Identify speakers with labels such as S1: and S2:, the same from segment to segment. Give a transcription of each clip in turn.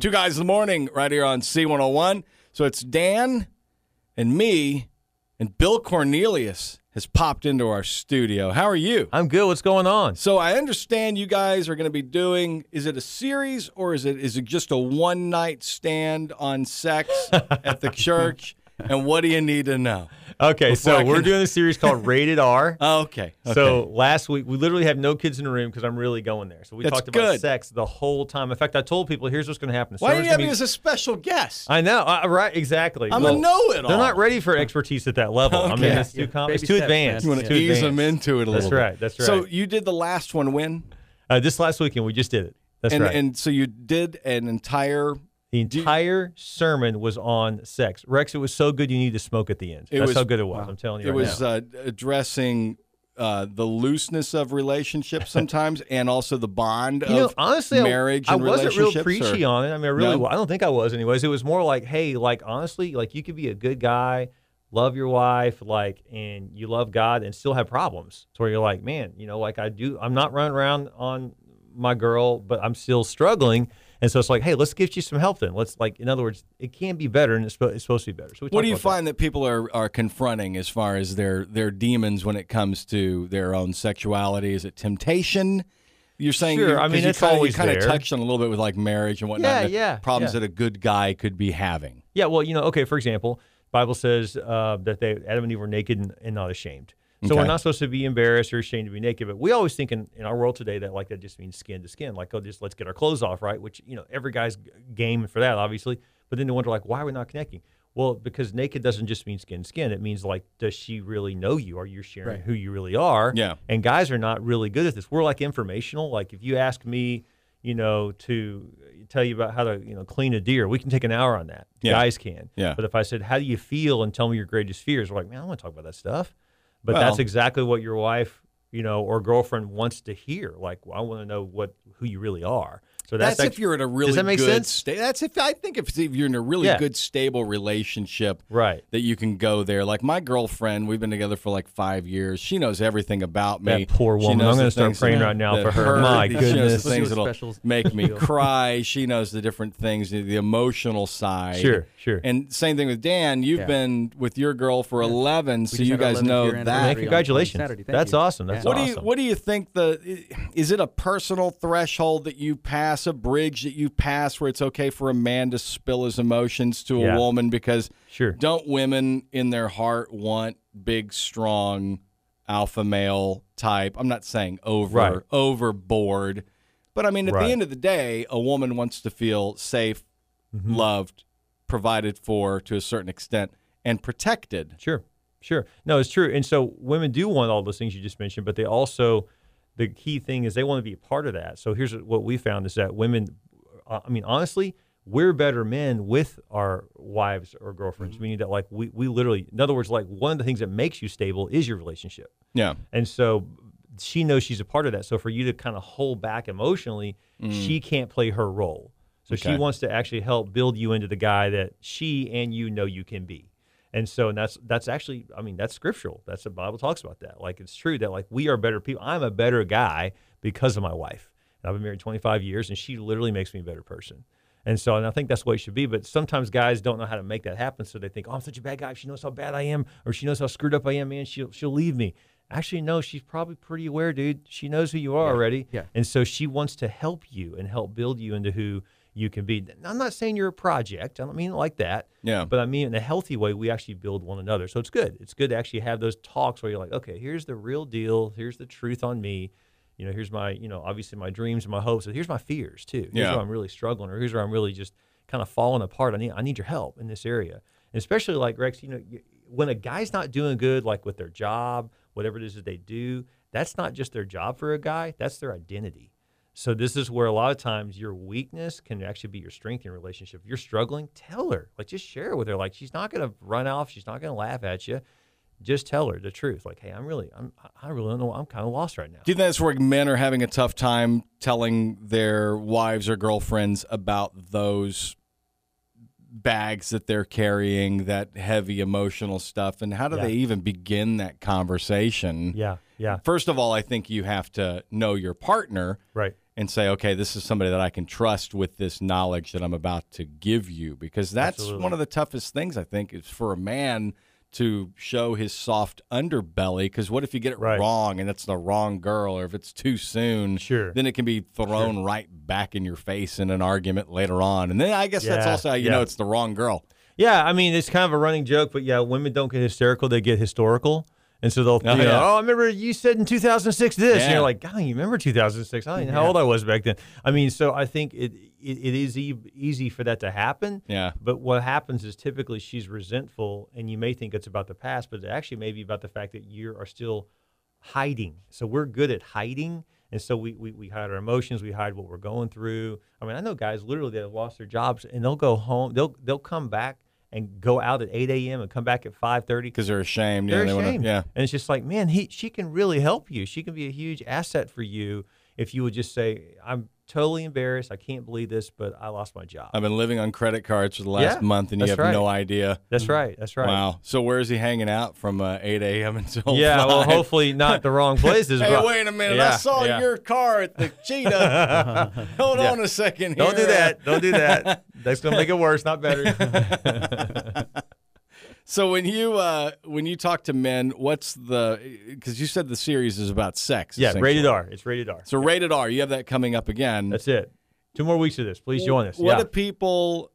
S1: Two guys in the morning right here on C101. So it's Dan and me, and Bill Cornelius has popped into our studio. How are you?
S2: I'm good. What's going on?
S1: So I understand you guys are going to be doing is it a series or is it is it just a one night stand on sex at the church? And what do you need to know?
S2: Okay,
S1: Before I
S2: so we're
S1: can-
S2: doing a series called Rated R.
S1: Okay. okay.
S2: So last week we literally have no kids in the room because I'm really going there. So we
S1: That's
S2: talked about
S1: good.
S2: sex the whole time. In fact, I told people here's what's going to happen.
S1: why do
S2: Summer's
S1: you
S2: gonna
S1: have
S2: be-
S1: me as a special guest?
S2: I know, I, right? Exactly.
S1: I'm a know-it-all.
S2: They're not ready for expertise at that level. I mean,
S1: Okay.
S2: it's too
S3: Yeah,
S2: com-
S3: baby
S2: it's too
S3: steps, man.
S2: advanced.
S1: you want
S2: It's
S1: to
S2: too
S1: ease them
S2: advanced.
S1: into it a
S2: That's
S1: little bit.
S2: right, that's
S1: So
S2: right.
S1: you did the last one when?
S2: Uh, this last weekend we just did it. That's
S1: and
S2: right.
S1: and so you did an entire
S2: the entire sermon was on sex. Rex, it was so good you need to smoke at the end.
S1: It
S2: That's
S1: was-
S2: how good it was. I'm telling you.
S1: it
S2: right
S1: was
S2: now.
S1: uh, addressing uh, the looseness of relationships sometimes and also the bond
S2: You know,
S1: of
S2: honestly, I-
S1: marriage
S2: I,
S1: and
S2: wasn't real
S1: relationships
S2: preachy
S1: or-
S2: on it. I mean, I really,
S1: No?
S2: I don't think I was, anyways. It was more like, hey, like honestly, like you could be a good guy, love your wife, like, and you love God, and still have problems. To where you're like, man, you know, like I do, I'm not running around on my girl, but I'm still struggling. And so it's like, hey, let's get you some help then. Let's like, in other words, it can be better, and it's, spo- it's supposed to be better. So we
S1: what
S2: talked
S1: do you
S2: about that.
S1: find that. people are, are confronting as far as their their demons when it comes to their own sexuality is it temptation you're saying
S2: Sure,
S1: you,
S2: I
S1: 'cause
S2: mean,
S1: you
S2: it's
S1: kinda,
S2: always
S1: kind of
S2: there.
S1: touched on a little bit with like marriage and whatnot
S2: Yeah,
S1: and the
S2: yeah,
S1: problems
S2: yeah.
S1: that a good guy could be having
S2: Yeah, well, you know, okay, for example, Bible says uh, that they Adam and Eve were naked and, and not ashamed. So we're
S1: Okay.
S2: not supposed to be embarrassed or ashamed to be naked, but we always think in, in our world today that like that just means skin to skin, like oh just let's get our clothes off, right? Which you know every guy's g- game for that, obviously. But then they wonder like why are we not connecting? Well, because naked doesn't just mean skin to skin. It means like does she really know you? Are you sharing who you really are?
S1: Yeah.
S2: And guys are not really good at this. We're like informational. Like if you ask me, you know, to tell you about how to, you know, clean a deer, we can take an hour on that.
S1: Yeah.
S2: Guys can.
S1: Yeah.
S2: But if I said, "How do you feel?" and tell me your greatest fears, we're like, "Man, I want to talk about that stuff." But
S1: Well-
S2: that's exactly what your wife, you know, or girlfriend wants to hear. Like, well, I want to know what who you really are. So that's,
S1: That's, if
S2: act-
S1: you're in a really
S2: does that make
S1: good
S2: sense?
S1: sta- that's if I think if, if you're in a really
S2: Yeah.
S1: good stable relationship
S2: right.
S1: that you can go there. Like my girlfriend, we've been together for like five years. She knows everything about me.
S2: That poor
S1: She
S2: woman.
S1: knows
S2: I'm gonna
S1: the
S2: start
S1: things
S2: praying
S1: that-
S2: right now
S1: that
S2: for her. My
S1: she knows
S2: goodness.
S1: the
S3: Let's do
S1: things
S3: a
S1: that'll
S3: specials
S1: make me
S3: deal.
S1: cry. She knows the different things, the, the emotional side.
S2: Sure, sure.
S1: And same thing with Dan. You've
S3: Yeah.
S1: been with your girl for 11, so
S3: just
S1: you
S3: had our
S1: guys
S3: 11th
S1: know
S3: year
S1: that.
S3: anniversary on-
S2: Congratulations.
S3: on Saturday. Thank
S2: That's
S3: you.
S2: awesome. That's
S1: What do you
S2: awesome.
S1: what do you think the is it a personal threshold that you pass a bridge that you pass where it's okay for a man to spill his emotions to
S2: Yeah.
S1: a woman because
S2: Sure.
S1: don't women in their heart want big strong alpha male type I'm not saying over
S2: Right.
S1: overboard but I mean at
S2: Right.
S1: the end of the day a woman wants to feel safe
S2: Mm-hmm.
S1: loved provided for to a certain extent and protected
S2: Sure, sure. No, it's true. And so women do want all those things you just mentioned, but they also, the key thing is they want to be a part of that. So here's what we found is that women, uh, I mean, honestly, we're better men with our wives or girlfriends, meaning that like we, we literally, in other words, like one of the things that makes you stable is your relationship.
S1: yeah
S2: And so she knows she's a part of that. So for you to kind of hold back emotionally, she can't play her role. So
S1: Okay.
S2: she wants to actually help build you into the guy that she and you know you can be. And so and that's that's actually I mean that's scriptural. That's the Bible talks about that. Like it's true that like we are better people. I'm a better guy because of my wife. And I've been married 25 years and she literally makes me a better person. And so, and I think that's what it should be. But sometimes guys don't know how to make that happen. So they think, oh, I'm such a bad guy. If she knows how bad I am, or she knows how screwed up I am, man, she'll, she'll leave me. Actually, no, she's probably pretty aware, dude. She knows who you are already.
S3: yeah.
S2: And so she wants to help you and help build you into who you can be. And I'm not saying you're a project. I don't mean it like that.
S1: Yeah.
S2: But I mean, in a healthy way, we actually build one another. So it's good. It's good to actually have those talks where you're like, okay, here's the real deal. Here's the truth on me. You know, here's my, you know, obviously my dreams and my hopes. And here's my fears too. Here's
S1: Yeah.
S2: what I'm really struggling, or here's where I'm really just kind of falling apart. I need, I need your help in this area. And especially like Rex, you know, y- when a guy's not doing good, like with their job, whatever it is that they do, that's not just their job for a guy. That's their identity. So this is where a lot of times your weakness can actually be your strength in a relationship. If you're struggling, tell her. Like just share it with her. Like she's not gonna run off. She's not gonna laugh at you. Just tell her the truth. Like, hey, I'm really, I'm, I- I really don't know. I'm kind of lost right now.
S1: Do you think that's where men are having a tough time telling their wives or girlfriends about those bags that they're carrying, that heavy emotional stuff, and how do
S2: Yeah.
S1: they even begin that conversation?
S2: Yeah. Yeah.
S1: First of all, I think you have to know your partner
S2: Right.
S1: and say, okay, this is somebody that I can trust with this knowledge that I'm about to give you. Because that's
S2: Absolutely.
S1: one of the toughest things, I think, is for a man to show his soft underbelly. Because what if you get it
S2: Right.
S1: wrong and it's the wrong girl, or if it's too soon?
S2: Sure.
S1: Then it can be thrown right back in your face in an argument later on. And then I guess that's
S2: Yeah,
S1: also how you
S2: yeah.
S1: know it's the wrong girl.
S2: Yeah, I mean it's kind of a running joke, but yeah, women don't get hysterical; they get historical, and so they'll,
S1: Oh,
S2: you know,
S1: yeah.
S2: oh, I remember you said in 2006 this, and
S1: Yeah.
S2: you're like, God, you remember 2006? I don't even know how old I was back then. I mean, so I think it it, it is e- easy for that to happen.
S1: Yeah.
S2: But what happens is typically she's resentful, and you may think it's about the past, but it actually may be about the fact that you are still hiding. So we're good at hiding. And so we, we, we hide our emotions, we hide what we're going through. I mean, I know guys literally that have lost their jobs and they'll go home, they'll they'll come back and go out at 8 a.m. and come back at 5.30
S1: Because they're ashamed.
S2: they're
S1: yeah, they
S2: ashamed.
S1: Wanna,
S2: And it's just like, man, he she can really help you. She can be a huge asset for you if you would just say, I'm totally embarrassed. I can't believe this, but I lost my job.
S1: I've been living on credit cards for the last
S2: Yeah,
S1: month and you
S2: that's
S1: have
S2: right.
S1: no idea.
S2: That's right. That's right.
S1: Wow. So where is he hanging out from uh, 8 a.m. until
S2: Yeah, well,
S1: 5?
S2: hopefully not the wrong places.
S1: Hey,
S2: but
S1: wait a minute. I
S2: Yeah,
S1: saw
S2: yeah.
S1: your car at the cheetah. Hold
S2: Yeah.
S1: on a second.
S2: Don't do
S1: here.
S2: that. Don't do that. That's gonna make it worse, not better.
S1: So when you uh, when you talk to men, what's the because you said the series is about sex.
S2: yeah,
S1: essentially.
S2: rated R. It's rated R.
S1: So rated R. You have that coming up again.
S2: That's it. Two more weeks of this. Please join us.
S1: What do
S2: yeah.
S1: people?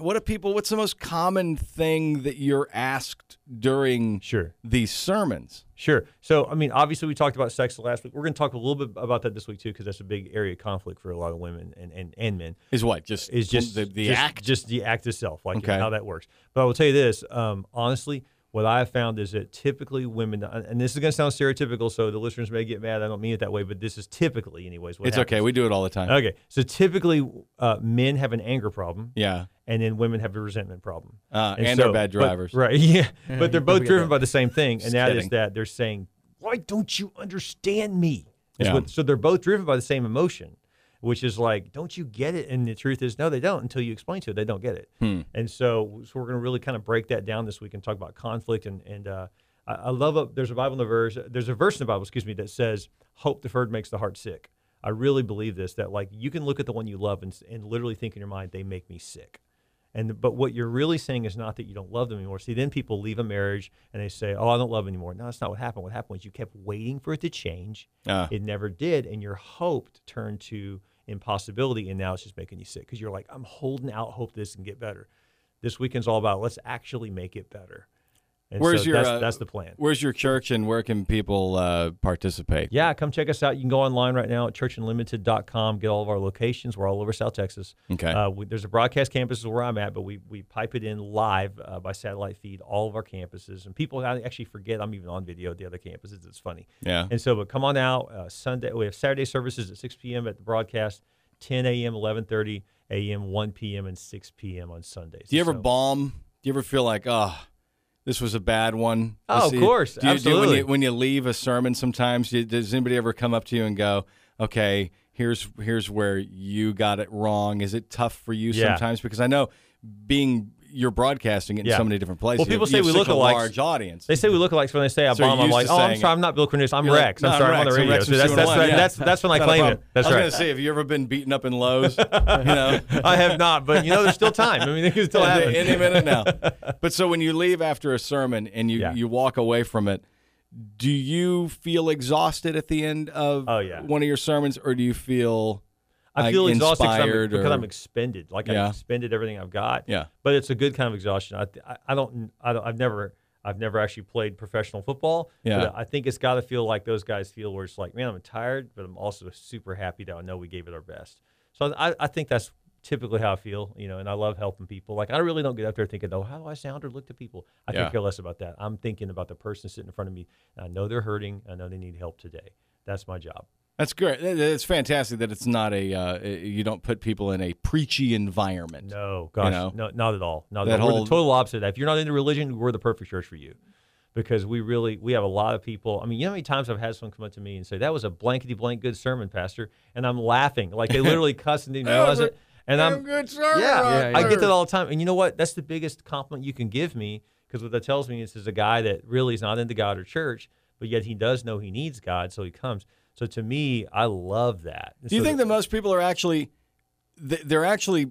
S1: What do people? What's the most common thing that you're asked during
S2: sure.
S1: these sermons?
S2: Sure. So, I mean, obviously, we talked about sex last week. We're going to talk a little bit about that this week too, because that's a big area of conflict for a lot of women and, and, and men.
S1: Is what just
S2: Is just
S1: the, the
S2: just-
S1: act?
S2: just the act itself, like
S1: Okay.
S2: how that works. But I will tell you this, um, honestly, what I have found is that typically women, and this is going to sound stereotypical, so the listeners may get mad. I don't mean it that way, but this is typically, anyways. What
S1: It's
S2: happens. Uh,
S1: okay. We do it all the time.
S2: Okay. So typically, uh, men have an anger problem,
S1: Yeah,
S2: and then women have a resentment problem.
S1: uh, and, they're
S2: so-
S1: bad
S2: but-
S1: drivers.
S2: right. Yeah. But they're
S3: you
S2: both
S3: probably got
S2: driven
S3: that.
S2: by the same thing.
S1: Just
S2: And that is
S1: kidding.
S2: that they're saying, why don't you understand me? Is
S1: Yeah.
S2: what- so they're both driven by the same emotion, which is like, don't you get it? And the truth is, no, they don't until you explain to them. They don't get it.
S1: Hmm.
S2: And so, so we're going to really kind of break that down this week and talk about conflict. And, and uh, I, I love, a, there's a Bible in the verse, there's a verse in the Bible, excuse me, that says, hope deferred makes the heart sick. I really believe this, that like you can look at the one you love and, s- and literally think in your mind, they make me sick. And but what you're really saying is not that you don't love them anymore. See, then people leave a marriage and they say, "Oh, I don't love them anymore." No, that's not what happened. What happened was you kept waiting for it to change.
S1: Ah.
S2: It never did, and your hope turned to impossibility, and now it's just making you sick because you're like, "I'm holding out hope this can get better." This weekend's all about let's actually make it better. And
S1: Where's
S2: so
S1: your,
S2: that's,
S1: uh,
S2: that's the plan.
S1: Where's your church and where can people uh, participate?
S2: Yeah, come check us out. You can go online right now at churchunlimited.com, get all of our locations. We're all over South Texas.
S1: Okay.
S2: Uh, we, there's a broadcast campus is where I'm at, but we, we pipe it in live uh, by satellite feed all of our campuses. And people I actually forget I'm even on video at the other campuses. It's funny.
S1: Yeah.
S2: And so, but come on out uh, Sunday. We have Saturday services at 6 p.m. at the broadcast, 10 a.m., 11:30 a.m., 1 p.m., and 6 p.m. on Sundays.
S1: Do you ever
S2: So-
S1: balm? Do you ever feel like, oh, this was a bad one?
S2: Oh,
S1: This-
S2: of course.
S1: Do you, Do you, when,
S2: Absolutely.
S1: you, when you leave a sermon, sometimes you, does anybody ever come up to you and go, okay, here's here's where you got it wrong? Is it tough for you
S2: Yeah.
S1: sometimes? Because I know being you're broadcasting it in
S2: Yeah.
S1: so many different places.
S2: Well, people
S1: you
S2: say
S1: have
S2: we
S1: such
S2: look
S1: a
S2: alike.
S1: large audience.
S2: They say we look alike. So when they say I
S1: So you're
S2: bomb, I'm
S1: used
S2: like,
S1: to
S2: oh, I'm
S1: saying
S2: sorry,
S1: it.
S2: I'm not Bill Cornelius. I'm
S1: You're like,
S2: Rex.
S1: "No,
S2: I'm sorry,
S1: Rex.
S2: I'm,
S1: I'm
S2: on the radio.
S1: Rex
S2: So
S1: from
S2: that's that's,
S1: 201."
S2: that's,
S1: Yeah.
S2: that's that's when I
S1: Not a
S2: claim it.
S1: problem.
S2: That's
S1: I was
S2: right.
S1: going to say, have you ever been beaten up in Lowe's? you know,
S2: I have not, but you know, there's still time. I mean, it can still
S1: Yeah,
S2: happen.
S1: they- any minute now. But so when you leave after a sermon and you,
S2: Yeah.
S1: you walk away from it, do you feel exhausted at the end of
S2: Oh, yeah.
S1: one of your sermons, or do you feel
S2: I
S1: like,
S2: feel exhausted 'cause I'm-
S1: inspired
S2: because
S1: or-
S2: I'm expended. Like
S1: Yeah.
S2: I've expended everything I've got.
S1: Yeah.
S2: But it's a good kind of exhaustion. I, th- I, I don't, I don't, I've never, I've never actually played professional football.
S1: Yeah.
S2: But I think it's got to feel like those guys feel where it's like, man, I'm tired, but I'm also super happy that I know we gave it our best. So I, I think that's typically how I feel, you know, and I love helping people. Like I really don't get up there thinking, oh, how do I sound or look to people? I
S1: Yeah.
S2: could care less about that. I'm thinking about the person sitting in front of me. I know they're hurting. I know they need help today. That's my job.
S1: That's great. That- It's fantastic that it's not a uh, you don't put people in a preachy environment.
S2: No, gosh,
S1: know?
S2: no, not at all. Not
S1: That
S2: at all. We're
S1: whole-
S2: the total opposite. of that. If you're not into religion, we're the perfect church for you, because we really we have a lot of people. I mean, you know how many times I've had someone come up to me and say that was a blankety blank good sermon, pastor, and I'm laughing like they literally cuss and didn't realize it. And I'm
S1: good sermon.
S2: yeah,
S3: Yeah, yeah.
S2: I get that all the time. And you know what? That's the biggest compliment you can give me because what that tells me is, is a guy that really is not into God or church, but yet he does know he needs God, so he comes. So to me, I love that.
S1: Do you
S2: So
S1: think that most people are actually th- they're actually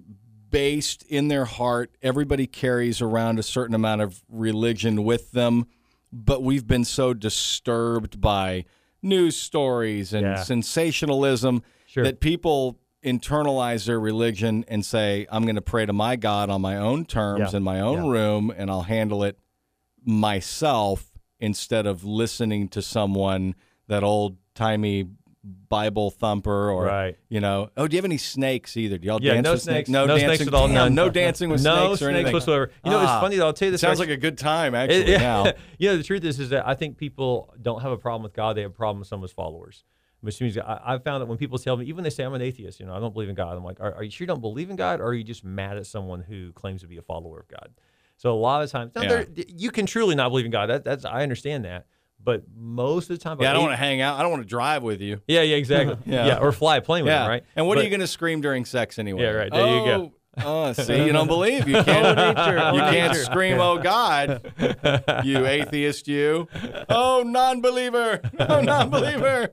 S1: based in their heart? Everybody carries around a certain amount of religion with them, but we've been so disturbed by news stories and
S2: Yeah.
S1: sensationalism
S2: Sure.
S1: that people internalize their religion and say, "I'm going to pray to my God on my own terms
S2: Yeah.
S1: in my own
S2: Yeah.
S1: room, and I'll handle it myself instead of listening to someone that old timey Bible thumper or
S2: Right.
S1: you know oh do you have any snakes either do y'all
S2: yeah,
S1: dance
S2: no
S1: with
S2: snakes,
S1: snakes no, dancing
S2: snakes at all,
S1: Damn,
S2: none.
S1: no dancing with
S2: no
S1: snakes or anything
S2: whatsoever. You know,
S1: Ah,
S2: it's funny though. I'll tell you
S1: it
S2: this.
S1: sounds
S2: right-
S1: like a good time actually
S2: It-
S1: now
S2: you know, the truth is, is that I think people don't have a problem with God; they have a problem with some of His followers. Which means I, I've found that when people tell me, even they say I'm an atheist, you know, I don't believe in God. I'm like, are, are you sure you don't believe in God, or are you just mad at someone who claims to be a follower of God? So a lot of times, now,
S1: Yeah.
S2: there- you can truly not believe in God. That, that's I understand that, but most of the time,
S1: yeah I don't
S2: eight-
S1: want to hang out I don't want to drive with you
S2: yeah, yeah, exactly,
S1: Yeah.
S2: yeah. or fly a plane with
S1: yeah
S2: him, right?
S1: and what
S2: But-
S1: are you going to scream during sex anyway
S2: Yeah, right, there you go.
S1: oh, oh, see you don't believe you can't
S3: uh, Oh, nature, oh,
S1: you can't
S3: nature.
S1: scream oh God you atheist you oh non-believer oh non-believer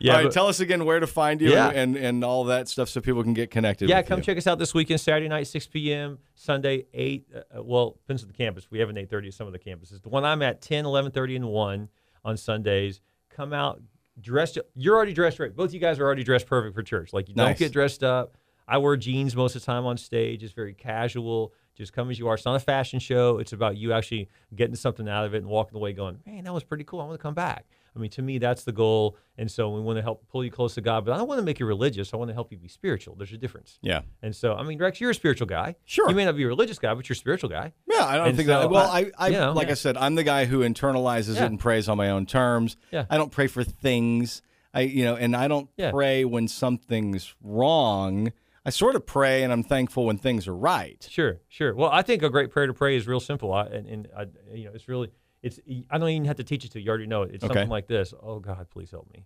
S2: Yeah,
S1: all right
S2: but-
S1: tell us again where to find you
S2: Yeah.
S1: and, and and all that stuff so people can get connected
S2: Yeah,
S1: with
S2: come
S1: you.
S2: check us out this weekend, Saturday night, 6 p.m., Sunday, 8. Uh, uh, well, depends on the campus. We have an 8.30 at some of the campuses. The one I'm at, 10, 11.30, and 1 on Sundays. Come out dressed. You're already dressed right. Both you guys are already dressed perfect for church. Like, you
S1: Nice.
S2: don't get dressed up. I wear jeans most of the time on stage. It's very casual. Just come as you are. It's not a fashion show. It's about you actually getting something out of it and walking away going, man, that was pretty cool. I want to come back. I mean, to me, that's the goal. And so we want to help pull you close to God, but I don't want to make you religious. I want to help you be spiritual. There's a difference.
S1: yeah
S2: And so, I mean, Rex, you're a spiritual guy.
S1: Sure.
S2: You may not be a religious guy, but you're a spiritual guy.
S1: Yeah, I don't
S2: And
S1: think
S2: so
S1: that. Well, I,
S2: I-
S1: I
S2: you know,
S1: like I
S2: yeah.
S1: said, I'm the guy who internalizes
S2: Yeah.
S1: it and prays on my own terms.
S2: Yeah.
S1: I don't pray for things. I, you know, and I don't
S2: Yeah.
S1: pray when something's wrong. I sort of pray, and I'm thankful when things are right.
S2: Sure, sure. Well, I think a great prayer to pray is real simple. I, and, and I, you know, it's really, it's. I don't even have to teach it to you. You already know it. It's
S1: Okay.
S2: something like this. Oh God, please help me.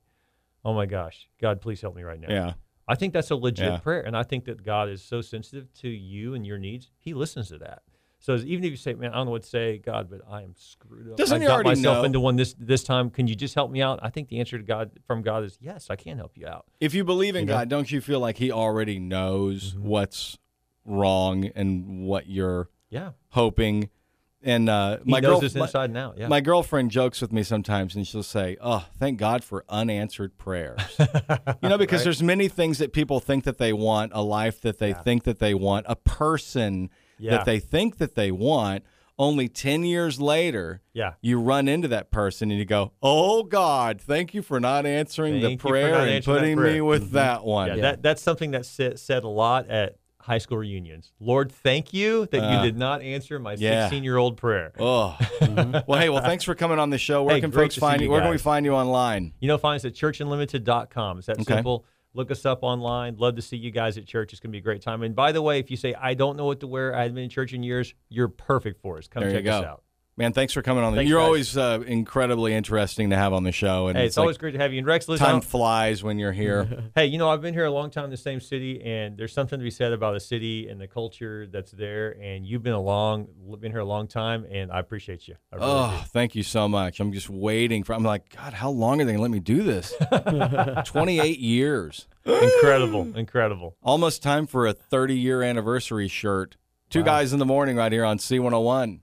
S2: Oh my gosh, God, please help me right now.
S1: Yeah,
S2: I think that's a legit
S1: Yeah.
S2: prayer, and I think that God is so sensitive to you and your needs. He listens to that. So as- even if you say, "Man, I don't know what to say, God, but I am screwed up.
S1: Doesn't
S2: I
S1: he
S2: got
S1: already
S2: myself
S1: know?
S2: into one this this time. Can you just help me out?" I think the answer to God from God is yes. I can help you out.
S1: if you believe in
S2: You know? Mm-hmm.
S1: God, don't you feel like He already knows what's wrong and what you're
S2: Yeah,
S1: hoping? And uh,
S2: He
S1: my
S2: knows
S1: girl,
S2: this
S1: my-
S2: inside and out. Yeah,
S1: My girlfriend jokes with me sometimes, and she'll say, "Oh, thank God for unanswered prayers." you know, because there's many things that people think that they want, a life that they think that they want, a person
S2: Yeah.
S1: that they think that they want. Only ten years later,
S2: yeah.
S1: you run into that person and you go, "Oh God, thank you for not answering
S2: Thank
S1: the
S2: you for not
S1: prayer and
S2: answering that
S1: putting me
S2: prayer." Mm-hmm.
S1: with that one."
S2: Yeah, That, that's something that's said, said a lot at high school reunions. Lord, thank you that
S1: Uh,
S2: you did not answer my
S1: yeah.
S2: 16 year old prayer.
S1: Oh, well, hey, well, thanks for coming on the show. Where
S2: Mm-hmm. Hey,
S1: can
S2: great
S1: folks
S2: to see
S1: find
S2: you
S1: you? Where can we
S2: guys.
S1: find you online?
S2: You know, find us at churchunlimited.com. It's that simple. Look us up online. Love to see you guys at church. It's going to be a great time. And by the way, if you say, I don't know what to wear, I haven't been in church in years, you're perfect for us. Come
S1: There you
S2: check us
S1: go.
S2: out.
S1: Man, thanks for coming on. The,
S2: Thanks,
S1: you're
S2: guys.
S1: always uh, incredibly interesting to have on the show, and
S2: Hey, it's,
S1: like
S2: always great to have you. And Rex, listen, I
S1: time
S2: don't-
S1: flies when you're here.
S2: hey, you know, I've been here a long time in the same city, and there's something to be said about the city and the culture that's there. And you've been a long, been here a long time, and I appreciate you. I really do.
S1: oh, thank you so much. I'm just waiting for. I'm like, God, how long are they gonna let me do this? 28 years,
S2: incredible, incredible.
S1: almost time for a 30 year anniversary shirt. Two guys in the morning, right here on C101.